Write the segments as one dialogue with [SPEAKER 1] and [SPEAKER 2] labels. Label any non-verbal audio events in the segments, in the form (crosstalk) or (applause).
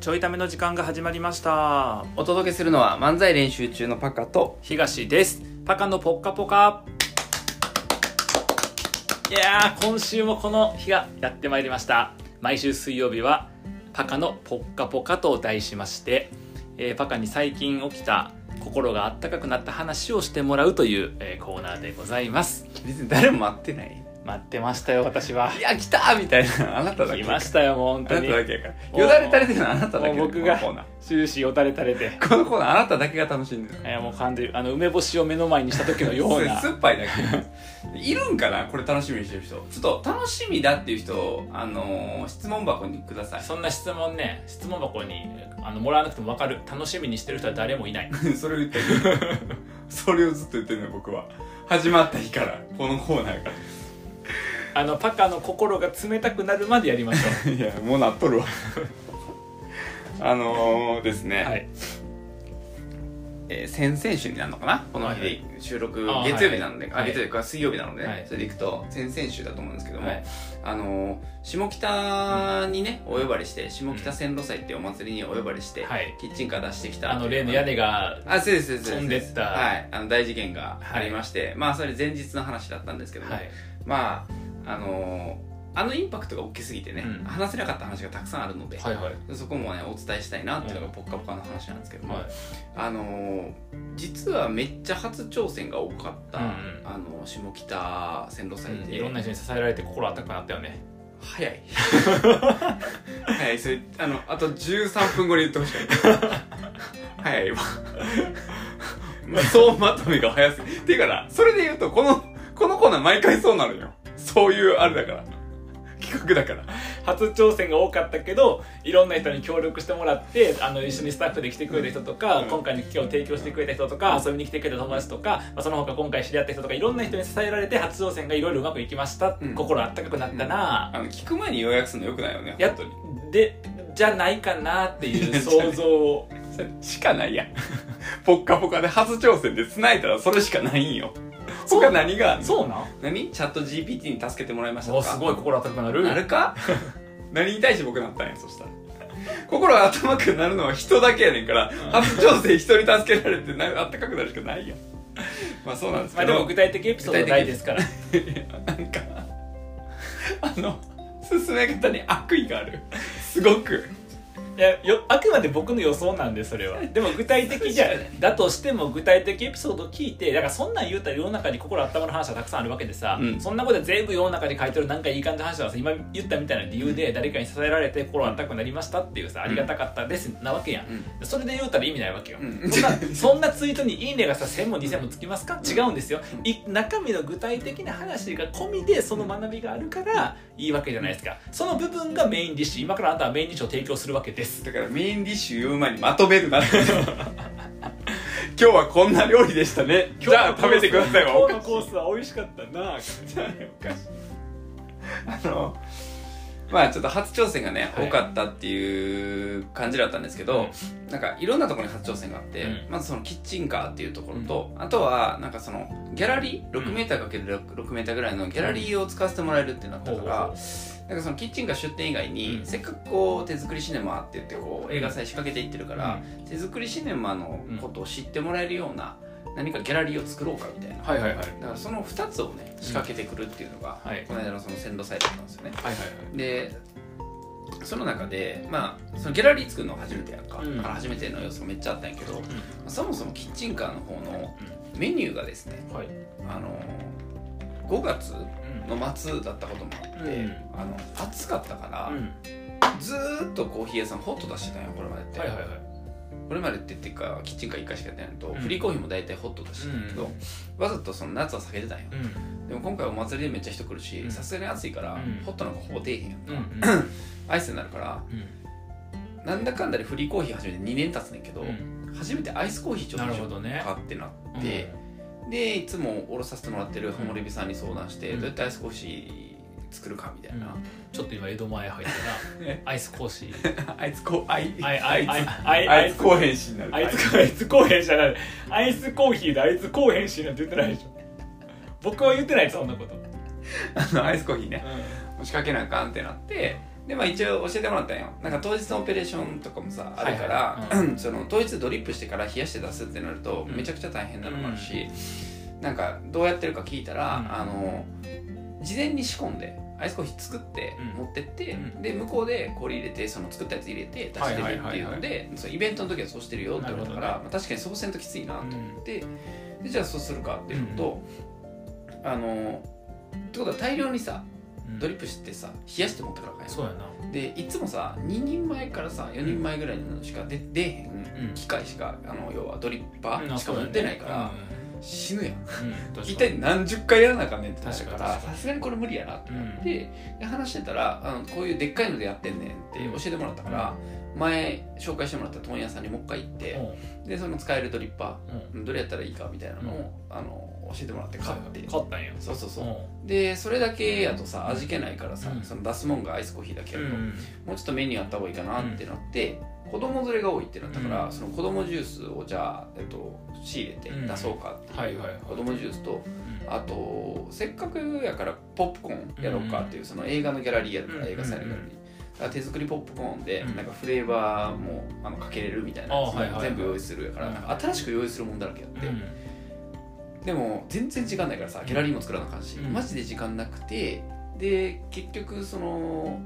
[SPEAKER 1] ちょいための時間が始まりました
[SPEAKER 2] お届けするのは漫才練習中のパカと
[SPEAKER 1] 東ですパカのポッカポカいやー今週もこの日がやってまいりました毎週水曜日はパカのポッカポカと題しまして、えーパカに最近起きた心があったかくなった話をしてもらうという、えーコーナーでございます
[SPEAKER 2] 別に誰も待ってない
[SPEAKER 1] 待ってましたよ私はい
[SPEAKER 2] や来たみたいなあなただけ
[SPEAKER 1] 来ましたよもう本
[SPEAKER 2] あ
[SPEAKER 1] 当
[SPEAKER 2] な
[SPEAKER 1] に
[SPEAKER 2] ただけやからよだれ垂れてるのはあなただけ
[SPEAKER 1] もう僕が
[SPEAKER 2] このコーナ
[SPEAKER 1] 終始よたれたれて
[SPEAKER 2] ーこのコーナーあなただけが楽しんでる
[SPEAKER 1] いやもう完全にあの梅干しを目の前にした時のよう
[SPEAKER 2] (laughs)
[SPEAKER 1] な
[SPEAKER 2] す酸っぱいだけいるんかなこれ楽しみにしてる人ちょっと楽しみだっていう人あのー質問箱にください
[SPEAKER 1] そんな質問ね質問箱にあのもらわなくても分かる楽しみにしてる人は誰もいない
[SPEAKER 2] (laughs) それを言ってる
[SPEAKER 1] (laughs)
[SPEAKER 2] それをずっと言ってるのよ僕は始まった日からこのコーナーが
[SPEAKER 1] あのパカの心が冷たくなるまでやりましょ
[SPEAKER 2] いやもうなっとるわ (laughs) あのーですね、
[SPEAKER 1] うはい
[SPEAKER 2] えー先々週になるのかなこの日
[SPEAKER 1] は
[SPEAKER 2] で
[SPEAKER 1] い
[SPEAKER 2] 収録
[SPEAKER 1] あー
[SPEAKER 2] 月曜日なんで、
[SPEAKER 1] はいはい
[SPEAKER 2] あ月曜日か水曜日なので、ね
[SPEAKER 1] はい
[SPEAKER 2] それでいくと先々週だと思うんですけども、
[SPEAKER 1] はい
[SPEAKER 2] あのー下北にねお呼ばれして下北線路祭っていうお祭りにお呼ばれして、
[SPEAKER 1] はい
[SPEAKER 2] キッチンカー出してきた
[SPEAKER 1] あの例の屋根が
[SPEAKER 2] あそうですそうですそう
[SPEAKER 1] 飛んでった
[SPEAKER 2] はい、あの大事件がありまして、まあそれ前日の話だったんですけども、
[SPEAKER 1] はい
[SPEAKER 2] まああのーあのインパクトが大きすぎてね、
[SPEAKER 1] うん
[SPEAKER 2] 話せなかった話がたくさんあるので、
[SPEAKER 1] はいはい
[SPEAKER 2] そこもねお伝えしたいなっていうのが「ぽっかぽか」の話なんですけども、
[SPEAKER 1] はい
[SPEAKER 2] あのー実はめっちゃ初挑戦が多かった、
[SPEAKER 1] うんうん
[SPEAKER 2] あのー下北線路祭
[SPEAKER 1] うん
[SPEAKER 2] で、
[SPEAKER 1] いろんな人に支えられて心温かくなったよね
[SPEAKER 2] 早い (laughs) 早いそれあのあと13分後に言ってほしかった (laughs) 早いわそうまとめが早すぎていうかなそれで言うとこのこのコーナー毎回そうなのよそういうあれだから企画だから
[SPEAKER 1] 初挑戦が多かったけどいろんな人に協力してもらってあの一緒にスタッフで来てくれた人とか、
[SPEAKER 2] うん
[SPEAKER 1] 今回の機会を提供してくれた人とか、遊びに来てくれた友達とか、まあ、その他今回知り合った人とかいろんな人に支えられて初挑戦がいろいろうまくいきました、
[SPEAKER 2] うん
[SPEAKER 1] 心あったかくなったな、
[SPEAKER 2] あの聞く前に予約するのよくないよね
[SPEAKER 1] やっ
[SPEAKER 2] 本当に
[SPEAKER 1] でじゃないかなってい
[SPEAKER 2] いうや
[SPEAKER 1] 想像を
[SPEAKER 2] それ (laughs) しかないやんぽっかぽかで初挑戦で繋いだらそれしかないんよ
[SPEAKER 1] そう
[SPEAKER 2] 他何があん
[SPEAKER 1] (laughs)
[SPEAKER 2] の
[SPEAKER 1] そうなん
[SPEAKER 2] 何チャット GPT に助けてもらいましたと
[SPEAKER 1] お
[SPEAKER 2] か
[SPEAKER 1] すごい心温かくなる
[SPEAKER 2] なるか (laughs) 何に対して僕なったんやそしたら心が頭くなるのは人だけやねんから初挑戦人に助けられてなあったかくなるしかないやんまあそうなんです
[SPEAKER 1] ま
[SPEAKER 2] け
[SPEAKER 1] あで
[SPEAKER 2] ど、
[SPEAKER 1] も具体的エピソードないですから
[SPEAKER 2] (laughs) なんかあの進め方に悪意があるすごく
[SPEAKER 1] いやよあくまで僕の予想なんでそ (laughs) れはでも具体的じゃだとしても具体的エピソードを聞いてだからそんなん言うたら世の中に心温まる話はたくさんあるわけでさ、
[SPEAKER 2] うん
[SPEAKER 1] そんなことは全部世の中に書いてるなんかいい感じの話はさ今言ったみたいな理由で誰かに支えられて心温かくなりましたっていうさありがたかったですなわけやん、それで言うたら意味ないわけよ、
[SPEAKER 2] うん
[SPEAKER 1] そんなそんなツイートに「いいね」がさ1000も2000もつきますか違うんですよ、
[SPEAKER 2] うん
[SPEAKER 1] い中身の具体的な話が込みでその学びがあるからいいわけじゃないですかその部分がメインディッシュ今からあなたはメインディッシュを提供するわけです
[SPEAKER 2] だからメインディッシュ言う前にまとめるなって (laughs) 今日はこんな料理でしたねじゃあ食べてくださいわ
[SPEAKER 1] 今日のコースは美味しかったなじゃあおかしい
[SPEAKER 2] あのまあちょっと初挑戦がね、
[SPEAKER 1] はい
[SPEAKER 2] 多かったっていう感じだったんですけど、なんかいろんなところに初挑戦があって、
[SPEAKER 1] うん
[SPEAKER 2] まずそのキッチンカーっていうところと、あとはなんかそのギャラリー 6m×6m ぐらいのギャラリーを使わせてもらえるってなったから、なんかそのキッチンカー出店以外に、
[SPEAKER 1] うん
[SPEAKER 2] せっかくこう手作りシネマって言ってこう映画祭仕掛けていってるから、手作りシネマのことを知ってもらえるような何かギャラリーを作ろうかみたいな。
[SPEAKER 1] はいはいはいはい
[SPEAKER 2] だからその2つをね仕掛けてくるっていうのが、
[SPEAKER 1] うんはい
[SPEAKER 2] この間のその線路祭だったんですよね
[SPEAKER 1] はい
[SPEAKER 2] でその中で、まあ、そのギャラリー作るの初めてやんか、
[SPEAKER 1] うん
[SPEAKER 2] だから初めての要素めっちゃあったんやけど、まあそもそもキッチンカーの方の
[SPEAKER 1] う
[SPEAKER 2] メニューがですね、
[SPEAKER 1] はい
[SPEAKER 2] あの5月
[SPEAKER 1] うん
[SPEAKER 2] の末だったこともあって、
[SPEAKER 1] うん
[SPEAKER 2] あの暑かったから、
[SPEAKER 1] うん
[SPEAKER 2] ずーっとコーヒー屋さんホット出してたんよこれまでって、
[SPEAKER 1] はいはいはい
[SPEAKER 2] これまでってっていうかキッチンカー1回しかやってないのと、
[SPEAKER 1] うん
[SPEAKER 2] フリーコーヒーも大体ホット出してたんやけど、
[SPEAKER 1] うん
[SPEAKER 2] わざとその夏は避けてたんよ
[SPEAKER 1] うん
[SPEAKER 2] でも今回お祭りでめっちゃ人来るし
[SPEAKER 1] うん
[SPEAKER 2] さすがに暑いから、
[SPEAKER 1] うん
[SPEAKER 2] ホットなんかほぼ出えへんやんか、
[SPEAKER 1] うんうん
[SPEAKER 2] アイスになるからなんだかんだでフリーコーヒー始めて2年経つねんけど、
[SPEAKER 1] うん
[SPEAKER 2] 初めてアイスコーヒーちょっと
[SPEAKER 1] なるほどね
[SPEAKER 2] かってなって、でいつもおろさせてもらってるホモレビさんに相談して、
[SPEAKER 1] うん
[SPEAKER 2] どうやってアイスコーヒー作るかみたいな、
[SPEAKER 1] ちょっと今江戸前入った
[SPEAKER 2] え
[SPEAKER 1] なアイス講師
[SPEAKER 2] アイスコアイ
[SPEAKER 1] アイアイアイア
[SPEAKER 2] ア
[SPEAKER 1] イ
[SPEAKER 2] イ
[SPEAKER 1] アイ
[SPEAKER 2] スコーヒーしになる
[SPEAKER 1] あいつ、あいつこうへんじゃない。あいつこうひーであいつこうへんしなんて言ってないでしょ。僕は言ってない、そんなこと。
[SPEAKER 2] あのアイスコーヒーね
[SPEAKER 1] う
[SPEAKER 2] 仕掛けなあかんってなってでまあ一応教えてもらったんよなんか当日のオペレーションとかもさあるから、
[SPEAKER 1] はいはい
[SPEAKER 2] (clears throat) その当日ドリップしてから冷やして出すってなると
[SPEAKER 1] うん
[SPEAKER 2] めちゃくちゃ大変なのもあるし、なんかどうやってるか聞いたら、
[SPEAKER 1] うん
[SPEAKER 2] あの事前に仕込んでアイスコーヒー作って
[SPEAKER 1] うん
[SPEAKER 2] 持ってって、
[SPEAKER 1] うん
[SPEAKER 2] で向こうで氷入れてその作ったやつ入れて出してるっていう
[SPEAKER 1] はいはいは
[SPEAKER 2] の
[SPEAKER 1] い
[SPEAKER 2] でそのイベントの時はそうしてるよってことだか
[SPEAKER 1] なる
[SPEAKER 2] ら、まあ、確かにそうせんときついなと
[SPEAKER 1] う
[SPEAKER 2] 思
[SPEAKER 1] ん
[SPEAKER 2] って、でじゃあそうするかっていうのと、あのってことは大量にさ
[SPEAKER 1] うん
[SPEAKER 2] ドリップしてさ冷やして持ってからかんやん
[SPEAKER 1] そうやな
[SPEAKER 2] でいつもさ2人前からさ4人前ぐらいのしか出出えへん、
[SPEAKER 1] うん
[SPEAKER 2] 機械しかあの要はドリッパ
[SPEAKER 1] うん
[SPEAKER 2] ーしか持ってないから、死ぬやん
[SPEAKER 1] そうだよねうんうん
[SPEAKER 2] 一体何十回やらなあかんねんってなるか
[SPEAKER 1] 確からに
[SPEAKER 2] さすがにこれ無理やなってなって、で話してたらあのこういうでっかいのでやってんねんって教えてもらったから、前紹介してもらった問屋さんにもう一回行って、でその使えるドリッパ
[SPEAKER 1] うんうん
[SPEAKER 2] ーどれやったらいいかみたいなのを、あの教えてもらって買って、
[SPEAKER 1] 買ったんや
[SPEAKER 2] そうそうそう、
[SPEAKER 1] う
[SPEAKER 2] でそれだけやとさ味気ないからさ、
[SPEAKER 1] うん
[SPEAKER 2] その出すもんがアイスコーヒーだけや
[SPEAKER 1] ん
[SPEAKER 2] る
[SPEAKER 1] う
[SPEAKER 2] と、
[SPEAKER 1] ん
[SPEAKER 2] もうちょっとメニューあった方がいいかなってなって、子供連れが多いってなったから、
[SPEAKER 1] うん
[SPEAKER 2] その子供ジュースをじゃあ、えっと、仕入れて出そうかっていう、
[SPEAKER 1] はいはいはい
[SPEAKER 2] 子供ジュースとあとせっかくやからポップコーンやろうかっていう、その映画のギャラリーやるから
[SPEAKER 1] うん
[SPEAKER 2] 映画祭のギャラリー、
[SPEAKER 1] うん
[SPEAKER 2] だから手作りポップコーンで、
[SPEAKER 1] うん
[SPEAKER 2] なんかフレーバーもあのかけれるみたいなやつ
[SPEAKER 1] あはいはいはい
[SPEAKER 2] 全部用意するやから、なんか新しく用意するもんだらけやって、
[SPEAKER 1] うん
[SPEAKER 2] でも全然時間ないからさギャラリーも作らなあかんし、
[SPEAKER 1] うん
[SPEAKER 2] マジで時間なくてで結局その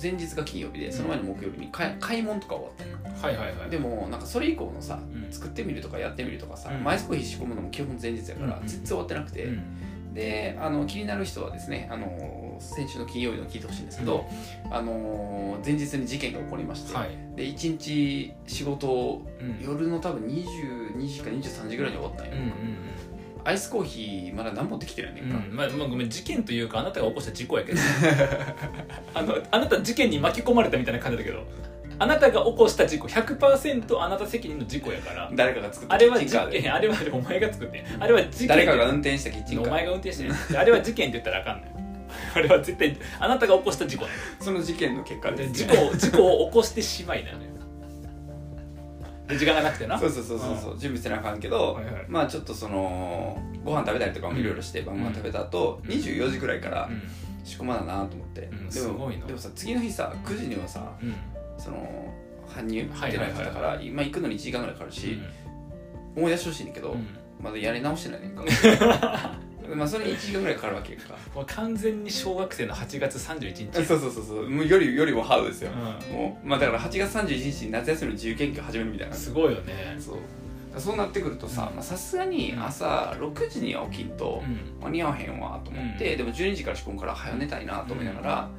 [SPEAKER 2] 前日が金曜日でその前の木曜日に買い買い物とか終わったの
[SPEAKER 1] はいはいはい
[SPEAKER 2] で
[SPEAKER 1] も
[SPEAKER 2] もなんかそれ以降のさ
[SPEAKER 1] うん
[SPEAKER 2] 作ってみるとかやってみるとかさ、
[SPEAKER 1] うん
[SPEAKER 2] マイスコーヒー仕込むのも基本前日やから
[SPEAKER 1] うん
[SPEAKER 2] 全然終わってなくて、
[SPEAKER 1] うん
[SPEAKER 2] であの気になる人はですねあの先週の金曜日の聞いてほしいんですけど、あの前日に事件が起こりまして、
[SPEAKER 1] はい
[SPEAKER 2] で1日仕事を
[SPEAKER 1] うん
[SPEAKER 2] 夜の多分22時か23時ぐらいに終わったんよ、
[SPEAKER 1] うんうん
[SPEAKER 2] アイスコーヒーまだ何持ってきてるね
[SPEAKER 1] うんん
[SPEAKER 2] か、
[SPEAKER 1] うんまあまあごめん事件というかあなたが起こした事故やけど (laughs) あのあなた事件に巻き込まれたみたいな感じだけどあなたが起こした事故100%あなた責任の事故やから
[SPEAKER 2] 誰かが作った
[SPEAKER 1] あれは
[SPEAKER 2] キッ
[SPEAKER 1] 事
[SPEAKER 2] チンカーで
[SPEAKER 1] 件あれはお前が作ってんあれは事件
[SPEAKER 2] (laughs) 誰かが運転したキッチン
[SPEAKER 1] お
[SPEAKER 2] カ
[SPEAKER 1] 前
[SPEAKER 2] ー
[SPEAKER 1] が運転してねあれは事件って言ったらあかんのよあれは絶対あなたが起こした事故なの
[SPEAKER 2] その事件の結果
[SPEAKER 1] で
[SPEAKER 2] です
[SPEAKER 1] 事
[SPEAKER 2] ね
[SPEAKER 1] 故を事故を起こしてしまいなのよで時間がなくてな
[SPEAKER 2] そうそうそうそうそう準備せなあかんけど、
[SPEAKER 1] はいはい
[SPEAKER 2] まあちょっとそのご飯食べたりとかもいろいろして、晩ご飯食べた後、
[SPEAKER 1] うん
[SPEAKER 2] 24時くらいから
[SPEAKER 1] うん
[SPEAKER 2] 仕込まななと思って、
[SPEAKER 1] ん
[SPEAKER 2] ですも
[SPEAKER 1] ごいな
[SPEAKER 2] でもさ次の日さ9時にはさ
[SPEAKER 1] うん
[SPEAKER 2] その搬入
[SPEAKER 1] は
[SPEAKER 2] っ
[SPEAKER 1] い
[SPEAKER 2] て
[SPEAKER 1] は
[SPEAKER 2] ない
[SPEAKER 1] はい
[SPEAKER 2] かったから今行くのに1時間ぐらいかかるし、思い出してほしいねんだけど、
[SPEAKER 1] うん
[SPEAKER 2] まだやり直してないねん
[SPEAKER 1] (laughs)
[SPEAKER 2] かまあそれに1時間ぐらいかかるわけやんか
[SPEAKER 1] もう完全に小学生の8月31
[SPEAKER 2] そう
[SPEAKER 1] 日
[SPEAKER 2] そうそうそうもうよりよりもハードですよ、
[SPEAKER 1] う
[SPEAKER 2] もうまあだから8月31日に夏休みの自由研究始めるみたいなん
[SPEAKER 1] すごいよね
[SPEAKER 2] そうそうなってくるとさまあさすがに朝6時には起きんと
[SPEAKER 1] うん
[SPEAKER 2] 間に合わへんわと思って、
[SPEAKER 1] うん
[SPEAKER 2] でも12時から仕込むから早寝たいなと思いながら、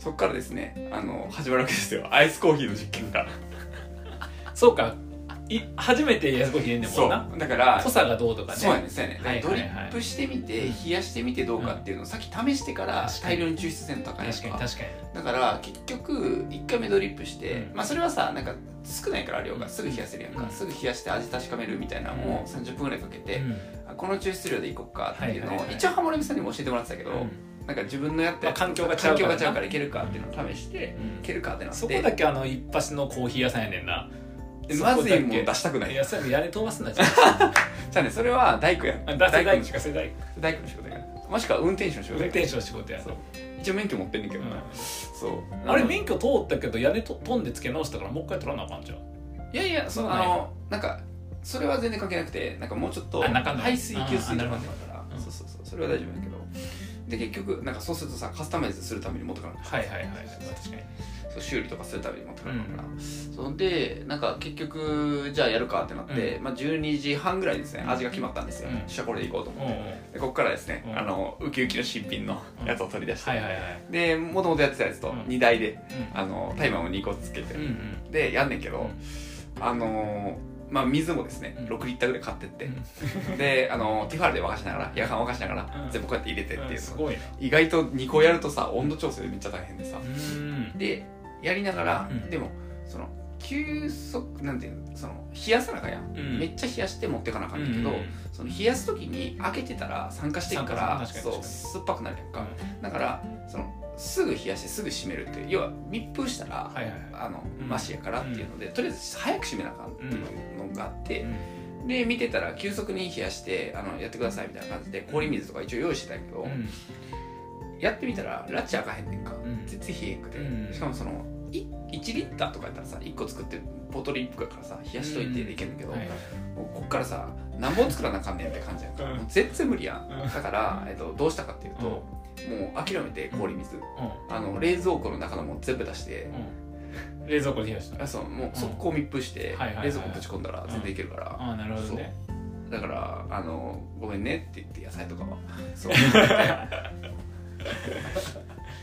[SPEAKER 2] そっからですねあの始まるわけですよ (laughs) アイスコーヒーの実験が
[SPEAKER 1] そうかい初めて安子ひねんねんも
[SPEAKER 2] そ
[SPEAKER 1] んな
[SPEAKER 2] うだから
[SPEAKER 1] 濃さがどうとかね
[SPEAKER 2] そうやねそうやね、
[SPEAKER 1] はいはい
[SPEAKER 2] ド
[SPEAKER 1] はい
[SPEAKER 2] リップしてみて冷やしてみてどうかっていうのをさっき試してから
[SPEAKER 1] 確かに
[SPEAKER 2] 大量に抽出線高いやん
[SPEAKER 1] 確かに確かに
[SPEAKER 2] だから結局1回目ドリップして、
[SPEAKER 1] うん
[SPEAKER 2] まあそれはさなんか少ないから量がすぐ冷やせるやんか、
[SPEAKER 1] うん
[SPEAKER 2] すぐ冷やして味確かめるみたいなのを30分ぐらいかけて、
[SPEAKER 1] うん
[SPEAKER 2] あこの抽出量でいこうかっていうのを、
[SPEAKER 1] はいはいはい
[SPEAKER 2] 一応ハモレミさんにも教えてもらってたけど、
[SPEAKER 1] うん
[SPEAKER 2] なんか自分のやったやつ
[SPEAKER 1] まあ環境がちゃうから
[SPEAKER 2] 環境がちゃうからいけるかっていうのを試して、
[SPEAKER 1] うん
[SPEAKER 2] いけるかってなって
[SPEAKER 1] そこだけあの一発のコーヒー屋さんやねんな
[SPEAKER 2] でまずいもん出
[SPEAKER 1] し
[SPEAKER 2] したくないい
[SPEAKER 1] やそれやれ飛ばす
[SPEAKER 2] (laughs)
[SPEAKER 1] なじゃ
[SPEAKER 2] じゃあねそれは大工や
[SPEAKER 1] あ出せ
[SPEAKER 2] 大
[SPEAKER 1] な
[SPEAKER 2] 工
[SPEAKER 1] い
[SPEAKER 2] の
[SPEAKER 1] 聞かせない
[SPEAKER 2] 大工の仕事やもしくは運転手の仕
[SPEAKER 1] 運
[SPEAKER 2] 事や
[SPEAKER 1] 転手の仕事や
[SPEAKER 2] そう一応免許持ってんねんけ
[SPEAKER 1] う
[SPEAKER 2] ど
[SPEAKER 1] ん
[SPEAKER 2] な、そう
[SPEAKER 1] あれ免許通ったけど屋根と飛んで付け直したからもう一回取らなあかんじゃん
[SPEAKER 2] いやいや、
[SPEAKER 1] そ
[SPEAKER 2] そ
[SPEAKER 1] う
[SPEAKER 2] の
[SPEAKER 1] なん
[SPEAKER 2] あ
[SPEAKER 1] や
[SPEAKER 2] の、なんか、それは全然関係なくて、なんかもうちょっと、
[SPEAKER 1] あ中の
[SPEAKER 2] 排水、
[SPEAKER 1] あー
[SPEAKER 2] 給水と
[SPEAKER 1] あな
[SPEAKER 2] か
[SPEAKER 1] る
[SPEAKER 2] だ
[SPEAKER 1] ほ
[SPEAKER 2] か
[SPEAKER 1] う
[SPEAKER 2] ら、
[SPEAKER 1] ん
[SPEAKER 2] そうそうそう、それは大丈夫やけど。で、結局、なんかそうするとさ、カスタマイズするために持ってかな
[SPEAKER 1] はいはいはい確かに
[SPEAKER 2] そう修理とかするために持ってかなから、そんで、なんか結局、じゃあやるかってなって、まあ12時半ぐらいですね、味が決まったんですよ。
[SPEAKER 1] うん
[SPEAKER 2] じゃあこれでいこうと思
[SPEAKER 1] うん
[SPEAKER 2] って。
[SPEAKER 1] うん
[SPEAKER 2] でここからですね、
[SPEAKER 1] うん
[SPEAKER 2] あのウキウキの新品のやつを取り出して、
[SPEAKER 1] はいはいはい
[SPEAKER 2] でもともとやってたやつと
[SPEAKER 1] うん
[SPEAKER 2] 2台で、
[SPEAKER 1] うん
[SPEAKER 2] あのタイマーも2個つけて、
[SPEAKER 1] うんうん
[SPEAKER 2] でやんねんけど、あのーまあ水もですね
[SPEAKER 1] うん
[SPEAKER 2] 6リッターぐらい買ってって、
[SPEAKER 1] う
[SPEAKER 2] であのーティファールで沸かしながら夜間沸かしながら、
[SPEAKER 1] うん
[SPEAKER 2] 全部こうやって入れてっていうう、
[SPEAKER 1] んすごいな
[SPEAKER 2] 意外と2個やるとさ温度調整めっちゃ大変でさ、
[SPEAKER 1] うん
[SPEAKER 2] でやりながら、
[SPEAKER 1] うん
[SPEAKER 2] でもその急速なんていうのその冷やさなあかんやん、
[SPEAKER 1] うん
[SPEAKER 2] めっちゃ冷やして持ってかなあかんねんけど、その冷やす時に開けてたら酸化してるか
[SPEAKER 1] 酸化
[SPEAKER 2] ら
[SPEAKER 1] する
[SPEAKER 2] そ
[SPEAKER 1] 確かに確か
[SPEAKER 2] う
[SPEAKER 1] に
[SPEAKER 2] 酸っぱくなるやんか、だからそのすぐ冷やしてすぐ閉めるっていう要は密封したら、
[SPEAKER 1] はいはいは
[SPEAKER 2] あの
[SPEAKER 1] うん
[SPEAKER 2] マシやからっていうので、とりあえず早く閉めなあかんっていうのがあっ
[SPEAKER 1] い
[SPEAKER 2] て、で見てたら急速に冷やしてあのやってくださいみたいな感じで氷水とか一応用意してたけど、
[SPEAKER 1] うん
[SPEAKER 2] やってみたらラチ開かへんねんか、
[SPEAKER 1] ん
[SPEAKER 2] 絶対冷えんくて、
[SPEAKER 1] うん
[SPEAKER 2] しかもそのい1リッターとかやったらさ1個作ってボトル1個やからさ冷やしといてできるんだけど、
[SPEAKER 1] はい
[SPEAKER 2] もうこっからさ何本作らなあかんねんって感じやんか、
[SPEAKER 1] うん
[SPEAKER 2] もう全然無理やん、
[SPEAKER 1] うん
[SPEAKER 2] だから、えっと、どうしたかっていうと、
[SPEAKER 1] うん
[SPEAKER 2] もう諦めて氷水、あの冷蔵庫の中のもん全部出して、
[SPEAKER 1] うんうん冷蔵庫で冷やした
[SPEAKER 2] あそうもう速攻密封して、
[SPEAKER 1] はいはいはいはい
[SPEAKER 2] 冷蔵庫ぶち込んだら全然いけるから、
[SPEAKER 1] ああなるほどね
[SPEAKER 2] だからあの「ごめんね」って言って野菜とかはそう
[SPEAKER 1] い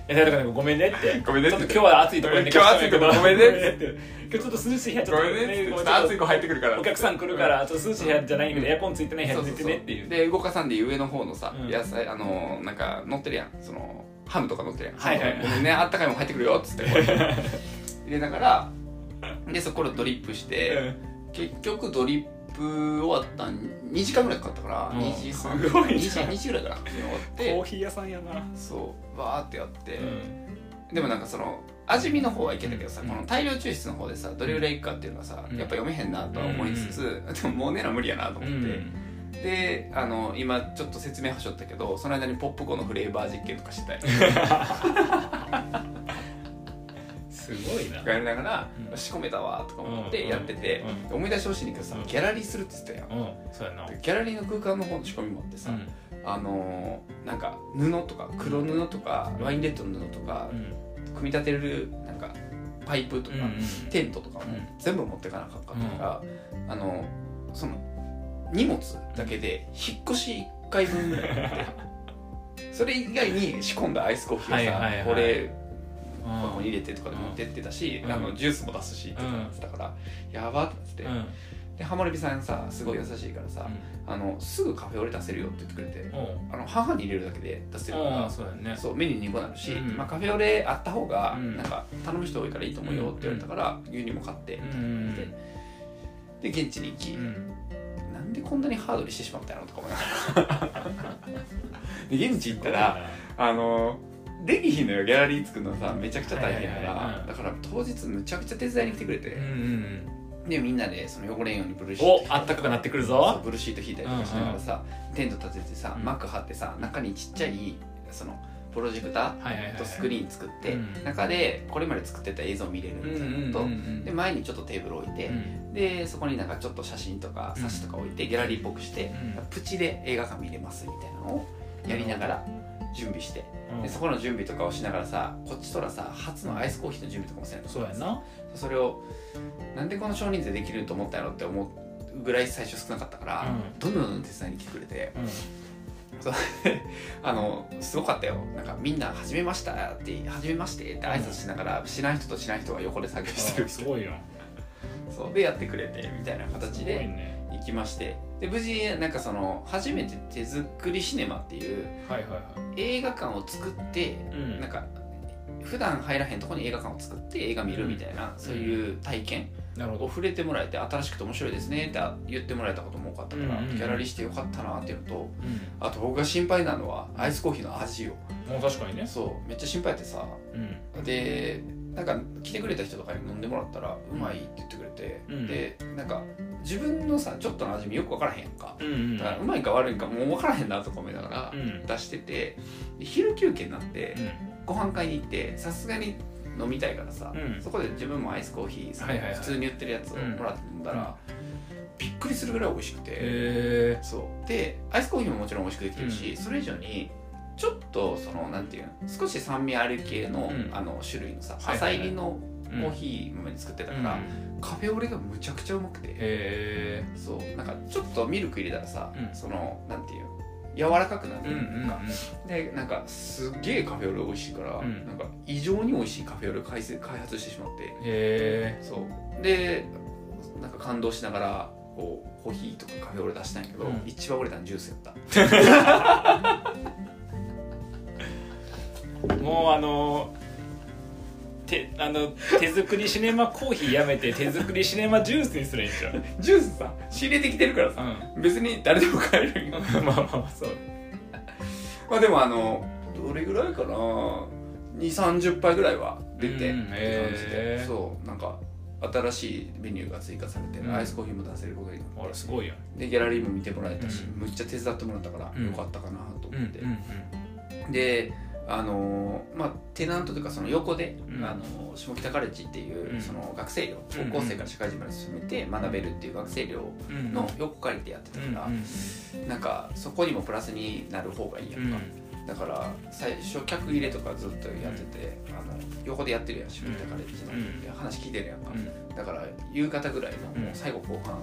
[SPEAKER 1] やだからねごめんねって
[SPEAKER 2] (laughs) ごめん
[SPEAKER 1] ちょっと今日は暑いところに寝かしてたんや
[SPEAKER 2] 今日は暑いとこごめんね
[SPEAKER 1] って (laughs) 今日ちょっと涼しい部屋ちょっとごめん
[SPEAKER 2] い子入ってくるか
[SPEAKER 1] お客さん来るからちょっと涼しい部屋じゃないんで
[SPEAKER 2] うん
[SPEAKER 1] エアコンついてない部
[SPEAKER 2] そ
[SPEAKER 1] 屋
[SPEAKER 2] う
[SPEAKER 1] に
[SPEAKER 2] そ
[SPEAKER 1] 寝
[SPEAKER 2] う
[SPEAKER 1] てね
[SPEAKER 2] そう
[SPEAKER 1] っていう
[SPEAKER 2] で動かさんで上の方のさ、
[SPEAKER 1] うん
[SPEAKER 2] 野菜あのなんか乗ってるやんそのハムとか乗ってるやん、
[SPEAKER 1] はいはい
[SPEAKER 2] ハムとかねあったかいもん入ってくるよっつ (laughs) ってこうやって入れながらでそこからドリップして、結局ドリップ終わったん2時間ぐらいかかったから、
[SPEAKER 1] うん
[SPEAKER 2] 2時3
[SPEAKER 1] すごい
[SPEAKER 2] 2時
[SPEAKER 1] じゃん
[SPEAKER 2] ,2 時ぐらいかな終わ
[SPEAKER 1] コー
[SPEAKER 2] って
[SPEAKER 1] ヒー屋さんやな
[SPEAKER 2] そうバーってやって、
[SPEAKER 1] うん
[SPEAKER 2] でもなんかその味見の方はいけたけどさ、
[SPEAKER 1] うん
[SPEAKER 2] この大量抽出の方でさどれぐらいいくかっていうのはさ、
[SPEAKER 1] うん
[SPEAKER 2] やっぱ読めへんなとは思いつつ、でももうねな無理やなと思って、であの今ちょっと説明はしょったけどその間にポップコーンのフレーバー実験とかしてたり
[SPEAKER 1] すごいな
[SPEAKER 2] とかやりながら、
[SPEAKER 1] うん
[SPEAKER 2] 仕込めたわとか思ってやってて、
[SPEAKER 1] うん
[SPEAKER 2] 思い出してほしいねんだけどさ
[SPEAKER 1] うん
[SPEAKER 2] ギャラリーするっつったやん、
[SPEAKER 1] うんそうやな
[SPEAKER 2] でギャラリーの空間の方の仕込みもあってさ、あのーなんか布とか黒布とか、
[SPEAKER 1] うん
[SPEAKER 2] ワインレッドの布とか
[SPEAKER 1] う、ん
[SPEAKER 2] 組み立てるなんかパイプとか、
[SPEAKER 1] うん
[SPEAKER 2] テントとかも
[SPEAKER 1] うん
[SPEAKER 2] 全部持ってかなあかんかったから、あのその荷物だけで引っ越し1回分ぐらいあって
[SPEAKER 1] (laughs)
[SPEAKER 2] それ以外に仕込んだアイスコーヒーをさ、
[SPEAKER 1] はいはいはい
[SPEAKER 2] これ
[SPEAKER 1] うん
[SPEAKER 2] ここに入れてとかで持ってってたし、
[SPEAKER 1] うん
[SPEAKER 2] あのジュースも出すしってなってたから、やばってなってて、
[SPEAKER 1] うん
[SPEAKER 2] で浜辺さんさすごい優しいからさ、あのすぐカフェオレ出せるよって言ってくれて、
[SPEAKER 1] うんうん
[SPEAKER 2] あの母に入れるだけで出せるか
[SPEAKER 1] あ
[SPEAKER 2] ら
[SPEAKER 1] あ。そうやね
[SPEAKER 2] そうメニューに個なるし、
[SPEAKER 1] うん
[SPEAKER 2] まあ、カフェオレあった方が
[SPEAKER 1] うん
[SPEAKER 2] なんか頼む人多いからいいと思うよって言われたから、牛乳も買って、
[SPEAKER 1] うん
[SPEAKER 2] で現地に行き、
[SPEAKER 1] うん
[SPEAKER 2] なんでこんなにハードにしてしまったのとか思いなが
[SPEAKER 1] (laughs)
[SPEAKER 2] らで現地行ったらあのできひんのよギャラリー作るのさめちゃくちゃ大変やから、
[SPEAKER 1] はいはいはいはい
[SPEAKER 2] だから当日むちゃくちゃ手伝いに来てくれて、
[SPEAKER 1] うんうん
[SPEAKER 2] でみんなでその汚れんようにブルーシート
[SPEAKER 1] おあったかくなってくる
[SPEAKER 2] そう
[SPEAKER 1] ぞ
[SPEAKER 2] ブルーシート引いたりとかしながらさ、テント立ててさ
[SPEAKER 1] うん
[SPEAKER 2] 幕張ってさ中にちっちゃいそのプロジェクタ
[SPEAKER 1] はいはいはい
[SPEAKER 2] ーとスクリーン作って、
[SPEAKER 1] うん
[SPEAKER 2] 中でこれまで作ってた映像見れる
[SPEAKER 1] う
[SPEAKER 2] み
[SPEAKER 1] ん
[SPEAKER 2] たいなの
[SPEAKER 1] うんう
[SPEAKER 2] と、
[SPEAKER 1] ん
[SPEAKER 2] で前にちょっとテーブル置いて、
[SPEAKER 1] うん
[SPEAKER 2] でそこになんかちょっと写真とか冊子とか置いてギャラリーっぽくして、
[SPEAKER 1] うん
[SPEAKER 2] プチで映画館見れますみたいなのをやりながら準備して
[SPEAKER 1] う
[SPEAKER 2] で
[SPEAKER 1] ん
[SPEAKER 2] そこの準備とかをしながらさこっちとらさ初のアイスコーヒーの準備とかもせないと
[SPEAKER 1] そうやな
[SPEAKER 2] それをなんでこの少人数でできると思ったんやろって思うぐらい最初少なかったから、
[SPEAKER 1] うん
[SPEAKER 2] どんどんどん手伝いに来てくれて
[SPEAKER 1] うん
[SPEAKER 2] (laughs) あのすごかったよなんかみんな「始めました」って「始めまして」って挨拶しながら、知らん人と知らん人が横で作業してる
[SPEAKER 1] あすごいよ
[SPEAKER 2] そうでやってくれてみたいな形
[SPEAKER 1] すごい
[SPEAKER 2] で
[SPEAKER 1] ね
[SPEAKER 2] 行きましてで無事なんかその初めて手作りシネマっていう
[SPEAKER 1] はいはいはい
[SPEAKER 2] 映画館を作って、
[SPEAKER 1] うん
[SPEAKER 2] なんか普段入らへんとこに映画館を作って映画見るみたいな、そういう体験
[SPEAKER 1] なるほ
[SPEAKER 2] を
[SPEAKER 1] ど
[SPEAKER 2] 触れてもらえて新しくて面白いですねって言ってもらえたことも多かったから、
[SPEAKER 1] うんうんうん
[SPEAKER 2] ギャラリーしてよかったなっていうのとあと僕が心配なのはアイスコーヒーの味を
[SPEAKER 1] もう確かにね
[SPEAKER 2] そうめっちゃ心配やってさ
[SPEAKER 1] うん
[SPEAKER 2] でなんか来てくれた人とかに飲んでもらったらうまいって言ってくれて、
[SPEAKER 1] うん
[SPEAKER 2] でなんか自分のさちょっとの味見よく分からへんやんか
[SPEAKER 1] うんうん
[SPEAKER 2] だからうまいか悪いかもう分からへんなとか思いながら
[SPEAKER 1] うん
[SPEAKER 2] 出しててで昼休憩になって
[SPEAKER 1] うん
[SPEAKER 2] ご飯会に行ってさすがに飲みたいからさ、
[SPEAKER 1] うん
[SPEAKER 2] そこで自分もアイスコーヒーさ、
[SPEAKER 1] はいはいはい
[SPEAKER 2] 普通に売ってるやつをもらって飲んだら、びっくりするぐらい美味しくて、
[SPEAKER 1] へえ
[SPEAKER 2] そうでアイスコーヒーももちろん美味しくできてるし、それ以上にちょっとそのなんていうの少し酸味ある系の,、
[SPEAKER 1] うん
[SPEAKER 2] あの種類のさ
[SPEAKER 1] はいはい
[SPEAKER 2] 朝
[SPEAKER 1] はい
[SPEAKER 2] 入りのコ
[SPEAKER 1] コ
[SPEAKER 2] ーヒー豆で作ってた
[SPEAKER 1] ー
[SPEAKER 2] か、
[SPEAKER 1] からら
[SPEAKER 2] カフェオレがむちゃくちゃうまくて、
[SPEAKER 1] へ
[SPEAKER 2] そうなんかちょっとミルク入れたらさ、
[SPEAKER 1] うん
[SPEAKER 2] そのなんていうの柔らかくなる
[SPEAKER 1] え
[SPEAKER 2] というか、でなんかすっげえカフェオレ美味しいから、
[SPEAKER 1] うん
[SPEAKER 2] なんか異常に美味しいカフェオレを開発開発してしまって
[SPEAKER 1] へ
[SPEAKER 2] そうでなんか感動しながらこうコーヒーとかカフェオレ出したんやけど、
[SPEAKER 1] うん
[SPEAKER 2] 一番売れたのジュースやった
[SPEAKER 1] えもうあの手あの手作りシネマコーヒーやめて手作りシネマジュースにするんじゃんうん
[SPEAKER 2] ジュースさ仕入れてきてるからさ別に誰でも買えるん
[SPEAKER 1] (laughs)
[SPEAKER 2] よ
[SPEAKER 1] まあまあまあそう
[SPEAKER 2] まあでもあのどれぐらいかな2三3 0杯ぐらいは出て、
[SPEAKER 1] うん
[SPEAKER 2] って感じ
[SPEAKER 1] へ
[SPEAKER 2] で
[SPEAKER 1] ー
[SPEAKER 2] そうなんか新しいメニューが追加されて、
[SPEAKER 1] うん
[SPEAKER 2] アイスコーヒーも出せることにな
[SPEAKER 1] あ
[SPEAKER 2] っ
[SPEAKER 1] れ
[SPEAKER 2] て
[SPEAKER 1] すごいやん
[SPEAKER 2] でギャラリーも見てもらえたし、
[SPEAKER 1] う
[SPEAKER 2] むっちゃ手伝ってもらったから
[SPEAKER 1] うん
[SPEAKER 2] よかったかなと
[SPEAKER 1] う
[SPEAKER 2] 思
[SPEAKER 1] ん
[SPEAKER 2] って、であのーまあ、テナントというかその横で、
[SPEAKER 1] うん
[SPEAKER 2] あのー下北カレッジっていう、
[SPEAKER 1] うん
[SPEAKER 2] その学生寮
[SPEAKER 1] うん
[SPEAKER 2] 高校生から社会人まで進めて学べるっていう学生寮
[SPEAKER 1] うん
[SPEAKER 2] の横借りてやってた
[SPEAKER 1] う
[SPEAKER 2] か
[SPEAKER 1] ん
[SPEAKER 2] ら、なんかそこにもプラスになる方がいいや
[SPEAKER 1] うんん
[SPEAKER 2] か、だから最初客入れとかずっとやってて、あの横でやってるやん下北カレッジの、
[SPEAKER 1] うん
[SPEAKER 2] で話聞いてるやんか、
[SPEAKER 1] うん
[SPEAKER 2] だから夕方ぐらいのもう最後後半、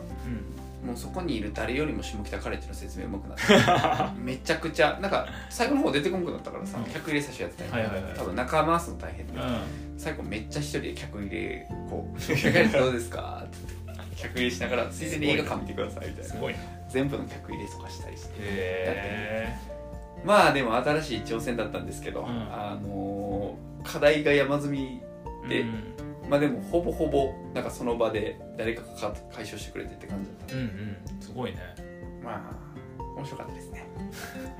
[SPEAKER 2] もうそこにいる誰よりも下北カレッジの説明うまくなっ
[SPEAKER 1] (laughs)
[SPEAKER 2] てめちゃくちゃなんか最後の方出てこんくなったからさ
[SPEAKER 1] うん
[SPEAKER 2] 客入れ最初やってたんや
[SPEAKER 1] はいはいはい
[SPEAKER 2] 多分中回すの大変で、最後めっちゃ一人で客入れ
[SPEAKER 1] (laughs)
[SPEAKER 2] こう「客入れどうですか?」って言って客入れしながらついでに映画館見てくださいみた
[SPEAKER 1] うん
[SPEAKER 2] い
[SPEAKER 1] す
[SPEAKER 2] な
[SPEAKER 1] ごいな
[SPEAKER 2] 全部の客入れとかしたりして
[SPEAKER 1] へ
[SPEAKER 2] まあでも新しい挑戦だったんですけど、
[SPEAKER 1] ん
[SPEAKER 2] あのー課題が山積み
[SPEAKER 1] え
[SPEAKER 2] で
[SPEAKER 1] うん
[SPEAKER 2] まあでもほぼほぼなんかその場で誰かが解消してくれてって感じだったんで
[SPEAKER 1] うんうんすごいね
[SPEAKER 2] まあ面白かったですね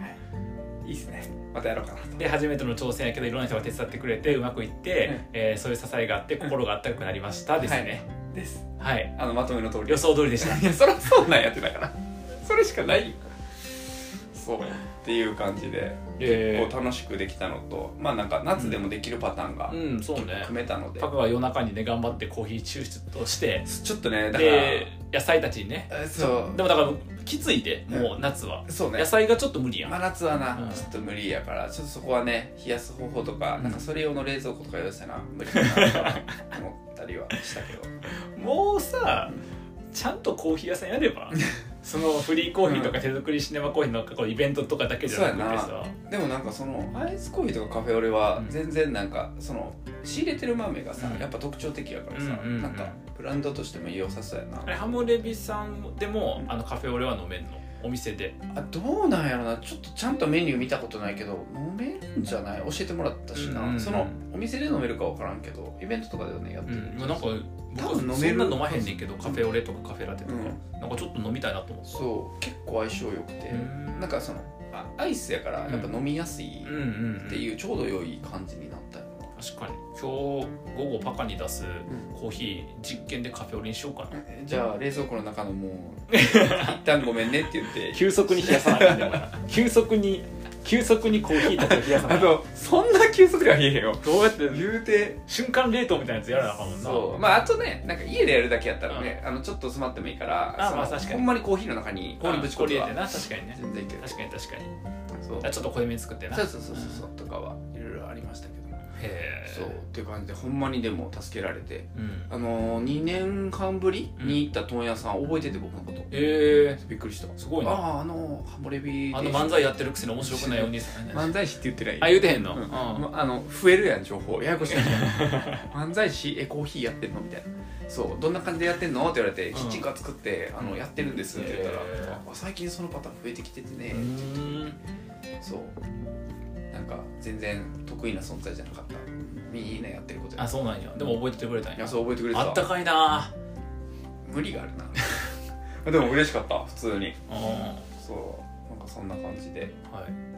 [SPEAKER 2] (laughs) はいいいですねまたやろうかなと
[SPEAKER 1] で初めての挑戦やけどいろんな人が手伝ってくれてうまくいって、
[SPEAKER 2] うん
[SPEAKER 1] えーそういう支えがあって心が温かくなりましたですね
[SPEAKER 2] です
[SPEAKER 1] はい、
[SPEAKER 2] あのまとめの通り
[SPEAKER 1] 予想通りで (laughs) した
[SPEAKER 2] いやそ (laughs) りゃそうなんやってだからそれしかないよそうっていう感じで
[SPEAKER 1] え
[SPEAKER 2] こう楽しくできたのとまあなんか夏でもできるパターンが
[SPEAKER 1] うんそうね
[SPEAKER 2] 組めたので、
[SPEAKER 1] パパが夜中にね頑張ってコーヒー抽出をして
[SPEAKER 2] ちょっとねだから
[SPEAKER 1] で野菜たちにね
[SPEAKER 2] えそ
[SPEAKER 1] でもだからきついでもう夏は、
[SPEAKER 2] うそうね
[SPEAKER 1] 野菜がちょっと無理やん、
[SPEAKER 2] 真夏はな、
[SPEAKER 1] うん
[SPEAKER 2] ちょっと無理やからちょっとそこはね冷やす方法とか、
[SPEAKER 1] うん
[SPEAKER 2] なんかそれ用の冷蔵庫とか用意したら無理
[SPEAKER 1] (laughs)
[SPEAKER 2] だなと思ったりはしたけど
[SPEAKER 1] もうさちゃんとコーヒー屋さんやれ (laughs) ばそのフリーコーヒーとか手作りシネマコーヒーのこうイベントとかだけじゃなくて
[SPEAKER 2] そう
[SPEAKER 1] さ
[SPEAKER 2] でもなんかそのアイスコーヒーとかカフェオレは
[SPEAKER 1] うん
[SPEAKER 2] 全然なんかその仕入れてる豆がさ、
[SPEAKER 1] うん
[SPEAKER 2] やっぱ特徴的やからさ、
[SPEAKER 1] うんうんうん
[SPEAKER 2] なんかブランドとしても良さそうやな
[SPEAKER 1] あれハムレビさんでも
[SPEAKER 2] うん
[SPEAKER 1] あのカフェオレは飲めんのお店で
[SPEAKER 2] あどうなんやろなちょっとちゃんとメニュー見たことないけど飲めるんじゃない教えてもらったしな、
[SPEAKER 1] うんうんうん
[SPEAKER 2] そのお店で飲めるか分からんけどイベントとかではねやって
[SPEAKER 1] う
[SPEAKER 2] る、
[SPEAKER 1] んなんか
[SPEAKER 2] 多
[SPEAKER 1] 僕そん
[SPEAKER 2] 分
[SPEAKER 1] な
[SPEAKER 2] 飲める
[SPEAKER 1] 飲まへんねんけどカフェオレとかカフェラテとか、
[SPEAKER 2] うん
[SPEAKER 1] なんかちょっと飲みたいなと思って
[SPEAKER 2] そう結構相性良くて、
[SPEAKER 1] うん
[SPEAKER 2] なんかそのあアイスやからやっぱ飲みやすい
[SPEAKER 1] うんうんうん
[SPEAKER 2] っていうちょうど良い感じになったよな
[SPEAKER 1] 確かに今日午後パカに出すコーヒー実験でカフェオレにしようかな
[SPEAKER 2] じゃあ冷蔵庫の中のも (laughs) う一旦ごめんねって言って
[SPEAKER 1] 急速に冷やさなきゃでも (laughs) な急速に急速にコーヒーとか冷やさな
[SPEAKER 2] (laughs) あ
[SPEAKER 1] きゃ
[SPEAKER 2] とそんな急速では冷えへんよ
[SPEAKER 1] どうやって
[SPEAKER 2] 言うて
[SPEAKER 1] 瞬間冷凍みたいなやつやらなあかんもんな
[SPEAKER 2] そうまああとねなんか家でやるだけやったらね、あのちょっと詰まってもいいから
[SPEAKER 1] あ
[SPEAKER 2] その
[SPEAKER 1] まあ確かに
[SPEAKER 2] ほんまにコーヒーの中に
[SPEAKER 1] 氷
[SPEAKER 2] 氷ぶ
[SPEAKER 1] ぶ
[SPEAKER 2] ち
[SPEAKER 1] ち
[SPEAKER 2] 込
[SPEAKER 1] 込
[SPEAKER 2] んで
[SPEAKER 1] れてな確かにね
[SPEAKER 2] 全然いける
[SPEAKER 1] 確かに確かに
[SPEAKER 2] そう
[SPEAKER 1] あちょっと濃いめに作ってな
[SPEAKER 2] そう
[SPEAKER 1] へ
[SPEAKER 2] そうそうそうそうとかはいろいろありましたけども
[SPEAKER 1] え
[SPEAKER 2] そうっていう感じでほんまにでも助けられて
[SPEAKER 1] うん
[SPEAKER 2] あのー、2年半ぶりに行った問屋さん覚えてて僕のこと
[SPEAKER 1] え
[SPEAKER 2] びっくりした
[SPEAKER 1] すごいな
[SPEAKER 2] あああのハモレビで
[SPEAKER 1] あの漫才やってるくせに面白くないお兄さんやね
[SPEAKER 2] 漫才師って言ってない
[SPEAKER 1] あ言うてへんの
[SPEAKER 2] うん
[SPEAKER 1] うん
[SPEAKER 2] まあの増えるやん情報ややこしいやん漫才師えコーヒーやってんのみたいなそうどんな感じでやってんのって言われて
[SPEAKER 1] うん
[SPEAKER 2] キッチンカー作ってあのやってるんですって言ったら
[SPEAKER 1] へー
[SPEAKER 2] あ最近そのパターン増えてきててね
[SPEAKER 1] うーん
[SPEAKER 2] そうなんか全然得意な存在じゃなかったみんなやってることや
[SPEAKER 1] あそうなんやでも覚えててくれたん
[SPEAKER 2] いや
[SPEAKER 1] や
[SPEAKER 2] そう覚えてくれて
[SPEAKER 1] あった
[SPEAKER 2] た
[SPEAKER 1] かいな
[SPEAKER 2] 無理があるな (laughs) でも嬉しかった普通に
[SPEAKER 1] うんは
[SPEAKER 2] そうなんかそんな感じで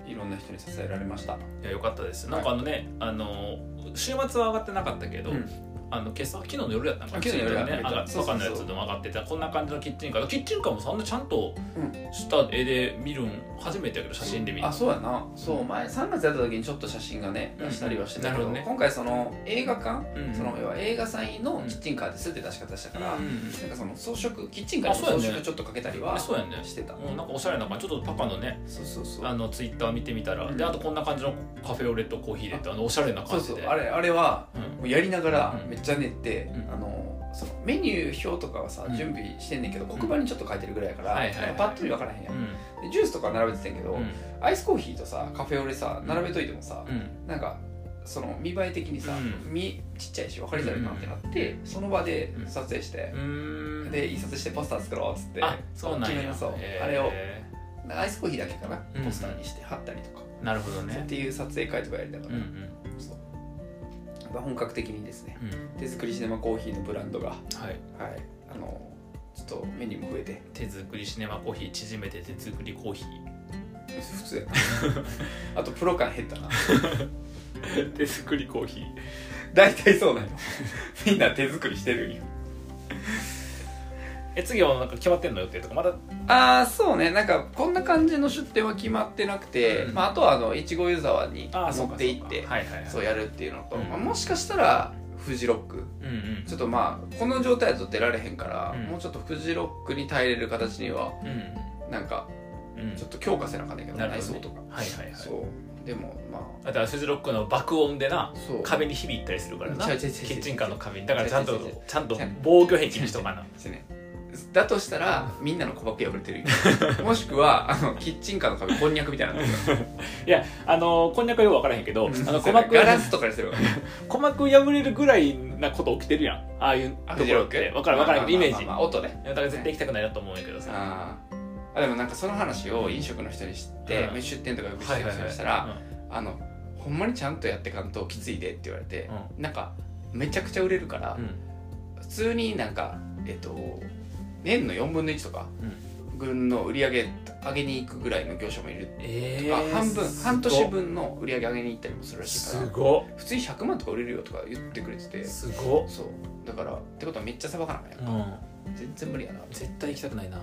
[SPEAKER 1] い
[SPEAKER 2] いろんな人に支えられました
[SPEAKER 1] いや良かったですなんかあのね、あの週末は上がってなかったけど、
[SPEAKER 2] うん
[SPEAKER 1] あの今朝昨日の夜だったんか
[SPEAKER 2] あ
[SPEAKER 1] な
[SPEAKER 2] 昨日の夜
[SPEAKER 1] ツイッターでね上がってて
[SPEAKER 2] 上がった
[SPEAKER 1] 他のやつでも上がってたこんな感じのキッチンカーキッチンカーもそんなちゃんと
[SPEAKER 2] うん
[SPEAKER 1] した絵で見るん初めてやけど写真で見る
[SPEAKER 2] あそうやなそう前3月やった時にちょっと写真がね
[SPEAKER 1] うん
[SPEAKER 2] 出したりはしてた
[SPEAKER 1] な
[SPEAKER 2] けど,、
[SPEAKER 1] るほどね
[SPEAKER 2] 今回その映画館、
[SPEAKER 1] うん
[SPEAKER 2] その要は映画祭の
[SPEAKER 1] うん
[SPEAKER 2] キッチンカーですって出し方したから、
[SPEAKER 1] うんうん
[SPEAKER 2] なんかその装飾キッチンカーにも
[SPEAKER 1] あそうやね
[SPEAKER 2] 装飾ちょっとかけたりは
[SPEAKER 1] あそうやね
[SPEAKER 2] してた
[SPEAKER 1] うんなんかおしゃれな感じちょっとパパのね
[SPEAKER 2] そうそうそう
[SPEAKER 1] あのツイッター見てみたら、
[SPEAKER 2] うん
[SPEAKER 1] であとこんな感じのカフェオレとコーヒーでってあのおしゃれな
[SPEAKER 2] そ
[SPEAKER 1] 感
[SPEAKER 2] う
[SPEAKER 1] じで
[SPEAKER 2] そうあれあれは
[SPEAKER 1] うん
[SPEAKER 2] もうやりながら
[SPEAKER 1] うん
[SPEAKER 2] めっちゃ練って、
[SPEAKER 1] うん
[SPEAKER 2] あのそのメニュー表とかはさ、
[SPEAKER 1] うん
[SPEAKER 2] 準備してんねんけど黒板にちょっと書いてるぐらいやから、
[SPEAKER 1] はいはいはい
[SPEAKER 2] なんかパッと見分からへんやん、でジュースとか並べてたんやけど、
[SPEAKER 1] うんうん
[SPEAKER 2] アイスコーヒーとさカフェオレさ
[SPEAKER 1] うん
[SPEAKER 2] 並べといてもさ、
[SPEAKER 1] うん
[SPEAKER 2] なんかその見栄え的にさ、
[SPEAKER 1] うん
[SPEAKER 2] みちっちゃいし分かりづらいなってなって、その場で撮影して
[SPEAKER 1] う、ーん
[SPEAKER 2] で印刷してポスター作ろうっつって
[SPEAKER 1] あそうなん
[SPEAKER 2] 決め
[SPEAKER 1] や
[SPEAKER 2] ましょう
[SPEAKER 1] へー
[SPEAKER 2] あれをアイスコーヒーだけかな
[SPEAKER 1] うん
[SPEAKER 2] ポスターにして貼ったりとか、
[SPEAKER 1] なるほど
[SPEAKER 2] っ
[SPEAKER 1] ね
[SPEAKER 2] ていう撮影会とかやりなが
[SPEAKER 1] うん
[SPEAKER 2] ら、そうまあ本格的にですね
[SPEAKER 1] うんうん
[SPEAKER 2] 手作りシネマコーヒーのブランドがはい
[SPEAKER 1] はい
[SPEAKER 2] あのちょっとメニューも増えて
[SPEAKER 1] 手作りシネマコーヒー縮めて手作りコーヒ
[SPEAKER 2] 普通やな
[SPEAKER 1] (laughs)
[SPEAKER 2] あとプロ感減ったな
[SPEAKER 1] ー
[SPEAKER 3] (laughs)
[SPEAKER 1] 手作りコーヒー
[SPEAKER 2] 大体そうなのみんな手作りしてるんよ
[SPEAKER 3] え次はなんか決まってんの予定とかまだ
[SPEAKER 2] ああそうねなんかこんな感じの出店は決まってなくて、
[SPEAKER 1] うん
[SPEAKER 2] まあ、あとはあのいちご湯沢に
[SPEAKER 3] あーそう
[SPEAKER 2] 持
[SPEAKER 3] か
[SPEAKER 2] って行って
[SPEAKER 3] そうかはいはいはい
[SPEAKER 2] そうやるっていうのと、
[SPEAKER 1] うん
[SPEAKER 2] まあ、もしかしたらフジロック
[SPEAKER 1] うんうん
[SPEAKER 2] ちょっとまあこの状態だと出られへんから、
[SPEAKER 1] うん
[SPEAKER 2] もうちょっとフジロックに耐えれる形には
[SPEAKER 1] うん
[SPEAKER 2] なんか
[SPEAKER 1] うん
[SPEAKER 2] ちょっと強化せなあかんねんけど
[SPEAKER 3] なるほ
[SPEAKER 2] 内
[SPEAKER 3] ど
[SPEAKER 2] 装
[SPEAKER 3] ね
[SPEAKER 2] とか、
[SPEAKER 3] はいはいはい
[SPEAKER 2] そうでもまあ
[SPEAKER 3] だからフジロックの爆音でな
[SPEAKER 2] そう
[SPEAKER 3] 壁に響いたりするからな
[SPEAKER 2] 違
[SPEAKER 3] キ
[SPEAKER 2] う違う違う違う
[SPEAKER 3] ッチンカーの壁にだからちゃん
[SPEAKER 2] 違
[SPEAKER 3] と
[SPEAKER 2] う違う違う違う
[SPEAKER 3] ちゃんと防御壁にしとかな
[SPEAKER 2] ですねだとしたらみんなの鼓膜破れてるよ (laughs) もしくはあのキッチンカーの壁こんにゃくみたいになってる
[SPEAKER 3] いやあのこんにゃくはよく分からへんけど (laughs) あの鼓膜
[SPEAKER 2] ガラスとかにする
[SPEAKER 3] 鼓膜破れるぐらいなこと起きてるやんああいうところって分からん分からんけどイメージ
[SPEAKER 2] まあまあまあ音ね
[SPEAKER 3] いやだから絶対行きたくないなと思うんやけどさ
[SPEAKER 2] あーあでもなんかその話を飲食の人に知って、
[SPEAKER 3] うん
[SPEAKER 2] 出店とかよくしてる人にしたら、あのほんまにちゃんとやってかんときついでって言われて、なんかめちゃくちゃ売れるから、
[SPEAKER 1] うん
[SPEAKER 2] 普通になんかえっと年の4分の1とか
[SPEAKER 1] うん
[SPEAKER 2] 分の売り上げ上げに行くぐらいの業者もいる
[SPEAKER 1] え
[SPEAKER 2] あ
[SPEAKER 1] ー
[SPEAKER 2] 半分
[SPEAKER 1] すご
[SPEAKER 2] 半年分の売り上げ上げに行ったりもするらしいか
[SPEAKER 1] す
[SPEAKER 2] ら
[SPEAKER 1] ご
[SPEAKER 2] 普通に100万とか売れるよとか言ってくれてて
[SPEAKER 1] っすごっ
[SPEAKER 2] そうだからってことはめっちゃさばかなあかんやん
[SPEAKER 1] うん
[SPEAKER 2] 全然無理やな
[SPEAKER 1] 絶対行きたくないな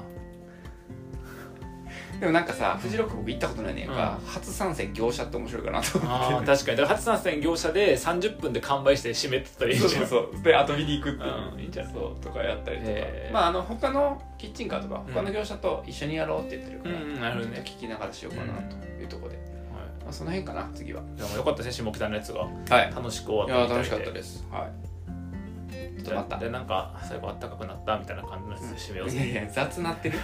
[SPEAKER 2] でもなんかさフジロック僕行ったことないねんか、初参戦業者って面白いかなと
[SPEAKER 1] あ
[SPEAKER 2] 思
[SPEAKER 1] ー
[SPEAKER 2] って
[SPEAKER 1] 確かにだから初参戦業者で30分で完売して閉めてたらいいじ
[SPEAKER 2] (laughs) そ
[SPEAKER 1] ゃ
[SPEAKER 2] うんそうそうで後見に行くっていう、
[SPEAKER 1] うんいいんじゃない
[SPEAKER 2] そうとかやったりとか、
[SPEAKER 1] へー
[SPEAKER 2] まああの他のキッチンカーとか
[SPEAKER 1] うん
[SPEAKER 2] 他の業者と一緒にやろうって言ってるから、
[SPEAKER 1] うんうんなるほどね
[SPEAKER 2] ちょっと聞きながらしようかなというところで、
[SPEAKER 1] は
[SPEAKER 2] まあ、その辺かな次はい
[SPEAKER 1] でもよかった先週も来たのやつが
[SPEAKER 2] はい
[SPEAKER 1] 楽しく終
[SPEAKER 2] い
[SPEAKER 1] わ
[SPEAKER 2] や
[SPEAKER 1] った
[SPEAKER 2] 楽
[SPEAKER 1] みい
[SPEAKER 2] しかったですはいちょっとまた
[SPEAKER 1] ででなんか最後あったかくなったみたいな感じのやつで締めよう
[SPEAKER 2] い
[SPEAKER 1] ぜ
[SPEAKER 2] やいや雑な
[SPEAKER 1] (laughs)
[SPEAKER 2] ってる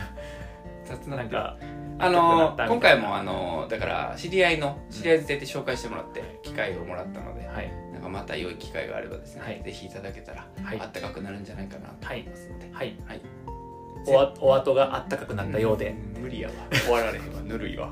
[SPEAKER 2] 雑な
[SPEAKER 1] な
[SPEAKER 2] っ
[SPEAKER 1] ん
[SPEAKER 2] てる
[SPEAKER 1] か
[SPEAKER 2] あの
[SPEAKER 1] なった
[SPEAKER 2] ー
[SPEAKER 1] み
[SPEAKER 2] 今
[SPEAKER 1] たい
[SPEAKER 2] 回
[SPEAKER 1] な
[SPEAKER 2] もあのーだから知り合いの知り合い伝で紹介してもらって機会をもらったので
[SPEAKER 1] はい
[SPEAKER 2] なんかまた良い機会があればですね、
[SPEAKER 1] はい
[SPEAKER 2] ぜひいただけたら、
[SPEAKER 1] はい
[SPEAKER 2] あったかくなるんじゃないかなと思いますので、
[SPEAKER 1] はい
[SPEAKER 2] はい
[SPEAKER 1] おわお後があったかくなったようで、
[SPEAKER 2] ん無理やわ終わられへんわぬるいわ